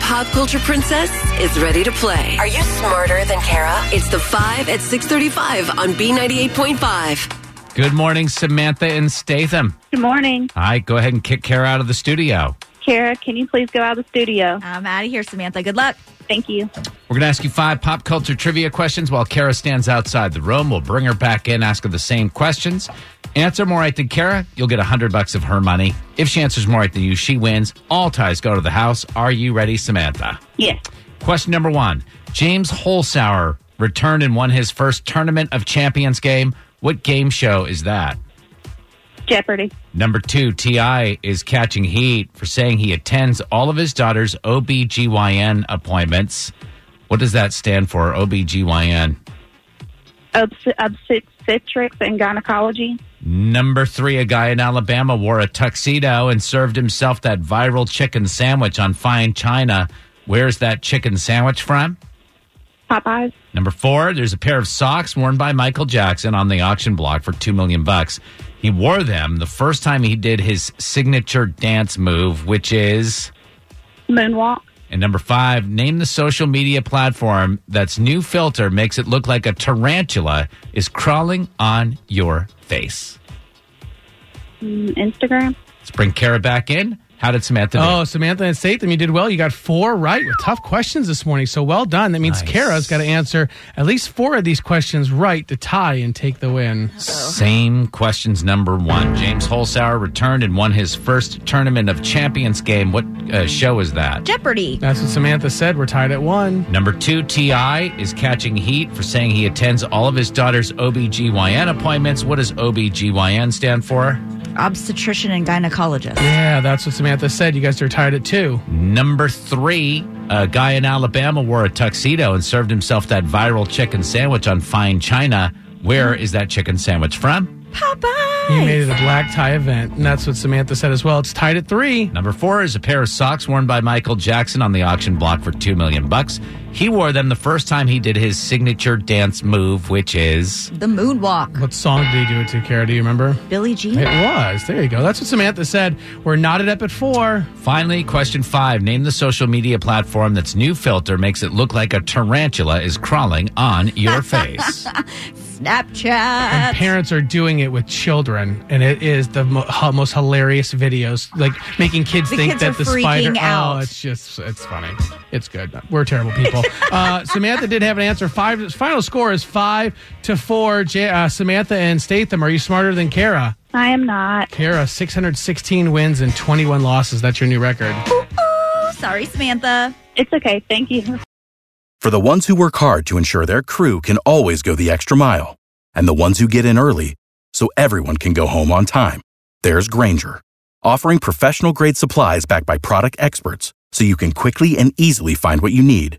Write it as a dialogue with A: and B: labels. A: pop culture princess is ready to play.
B: Are you smarter than Kara?
A: It's the 5 at 635 on B98.5.
C: Good morning, Samantha and Statham.
D: Good morning.
C: All right, go ahead and kick Kara out of the studio.
D: Kara, can you please go out of the studio?
E: I'm out of here, Samantha. Good luck.
D: Thank you.
C: We're going to ask you five pop culture trivia questions while Kara stands outside the room. We'll bring her back in, ask her the same questions. Answer more right than Kara, you'll get 100 bucks of her money. If she answers more right than you, she wins. All ties go to the house. Are you ready, Samantha?
D: Yes.
C: Question number one James Holshouser returned and won his first Tournament of Champions game. What game show is that?
D: Jeopardy.
C: Number two, T.I. is catching heat for saying he attends all of his daughter's OBGYN appointments. What does that stand for, OBGYN?
D: Obst- obstetrics and gynecology.
C: Number three, a guy in Alabama wore a tuxedo and served himself that viral chicken sandwich on fine china. Where's that chicken sandwich from?
D: Popeyes.
C: Number four, there's a pair of socks worn by Michael Jackson on the auction block for two million bucks. He wore them the first time he did his signature dance move, which is.
D: Moonwalk.
C: And number five, name the social media platform that's new filter makes it look like a tarantula is crawling on your face.
D: Mm, Instagram.
C: Let's bring Kara back in. How did Samantha do?
F: Oh, Samantha and Statham, you did well. You got four right with tough questions this morning. So well done. That means
C: Nice.
F: Kara's got to answer at least four of these questions right to tie and take the win.
C: Same questions number one. James Holshauer returned and won his first tournament of champions game. What uh, show is that?
E: Jeopardy.
F: That's what Samantha said. We're tied at one.
C: Number two, T.I. is catching heat for saying he attends all of his daughter's OBGYN appointments. What does OBGYN stand for?
E: Obstetrician and gynecologist.
F: Yeah, that's what Samantha said. You guys are tied at two.
C: Number three, a guy in Alabama wore a tuxedo and served himself that viral chicken sandwich on fine china. Where is that chicken sandwich from?
F: You
E: Popeye.
F: made it a black tie event, and that's what Samantha said as well. It's tied at three.
C: Number four is a pair of socks worn by Michael Jackson on the auction block for two million bucks. He wore them the first time he did his signature dance move, which is
E: The moonwalk.
F: What song did he do it to, Kara? Do you remember?
E: Billie
F: It
E: Jean.
F: was. There you go. That's what Samantha said. We're knotted up at four.
C: finally question five. Name the social media platform that's new filter makes it look like a tarantula is crawling on your face.
F: And
E: Snapchat.
F: parents are doing it with children, and it is the mo- ho- most hilarious videos. Like making kids
E: The
F: think
E: kids
F: that
E: are
F: the spider.
E: freaking out.
F: Oh, it's just it's funny. It's good. We're terrible people. uh, Samantha did have an answer. Five. Final score is five to four. J- uh, Samantha and Statham. Are you smarter than Kara?
D: I am not.
F: Kara, six hundred sixteen wins and twenty one losses. That's your new record.
E: Ooh, Oh, sorry, Samantha.
D: It's okay. Thank you.
G: For the ones who work hard to ensure their crew can always go the extra mile, and the ones who get in early so everyone can go home on time, there's Granger, offering professional grade supplies backed by product experts so you can quickly and easily find what you need.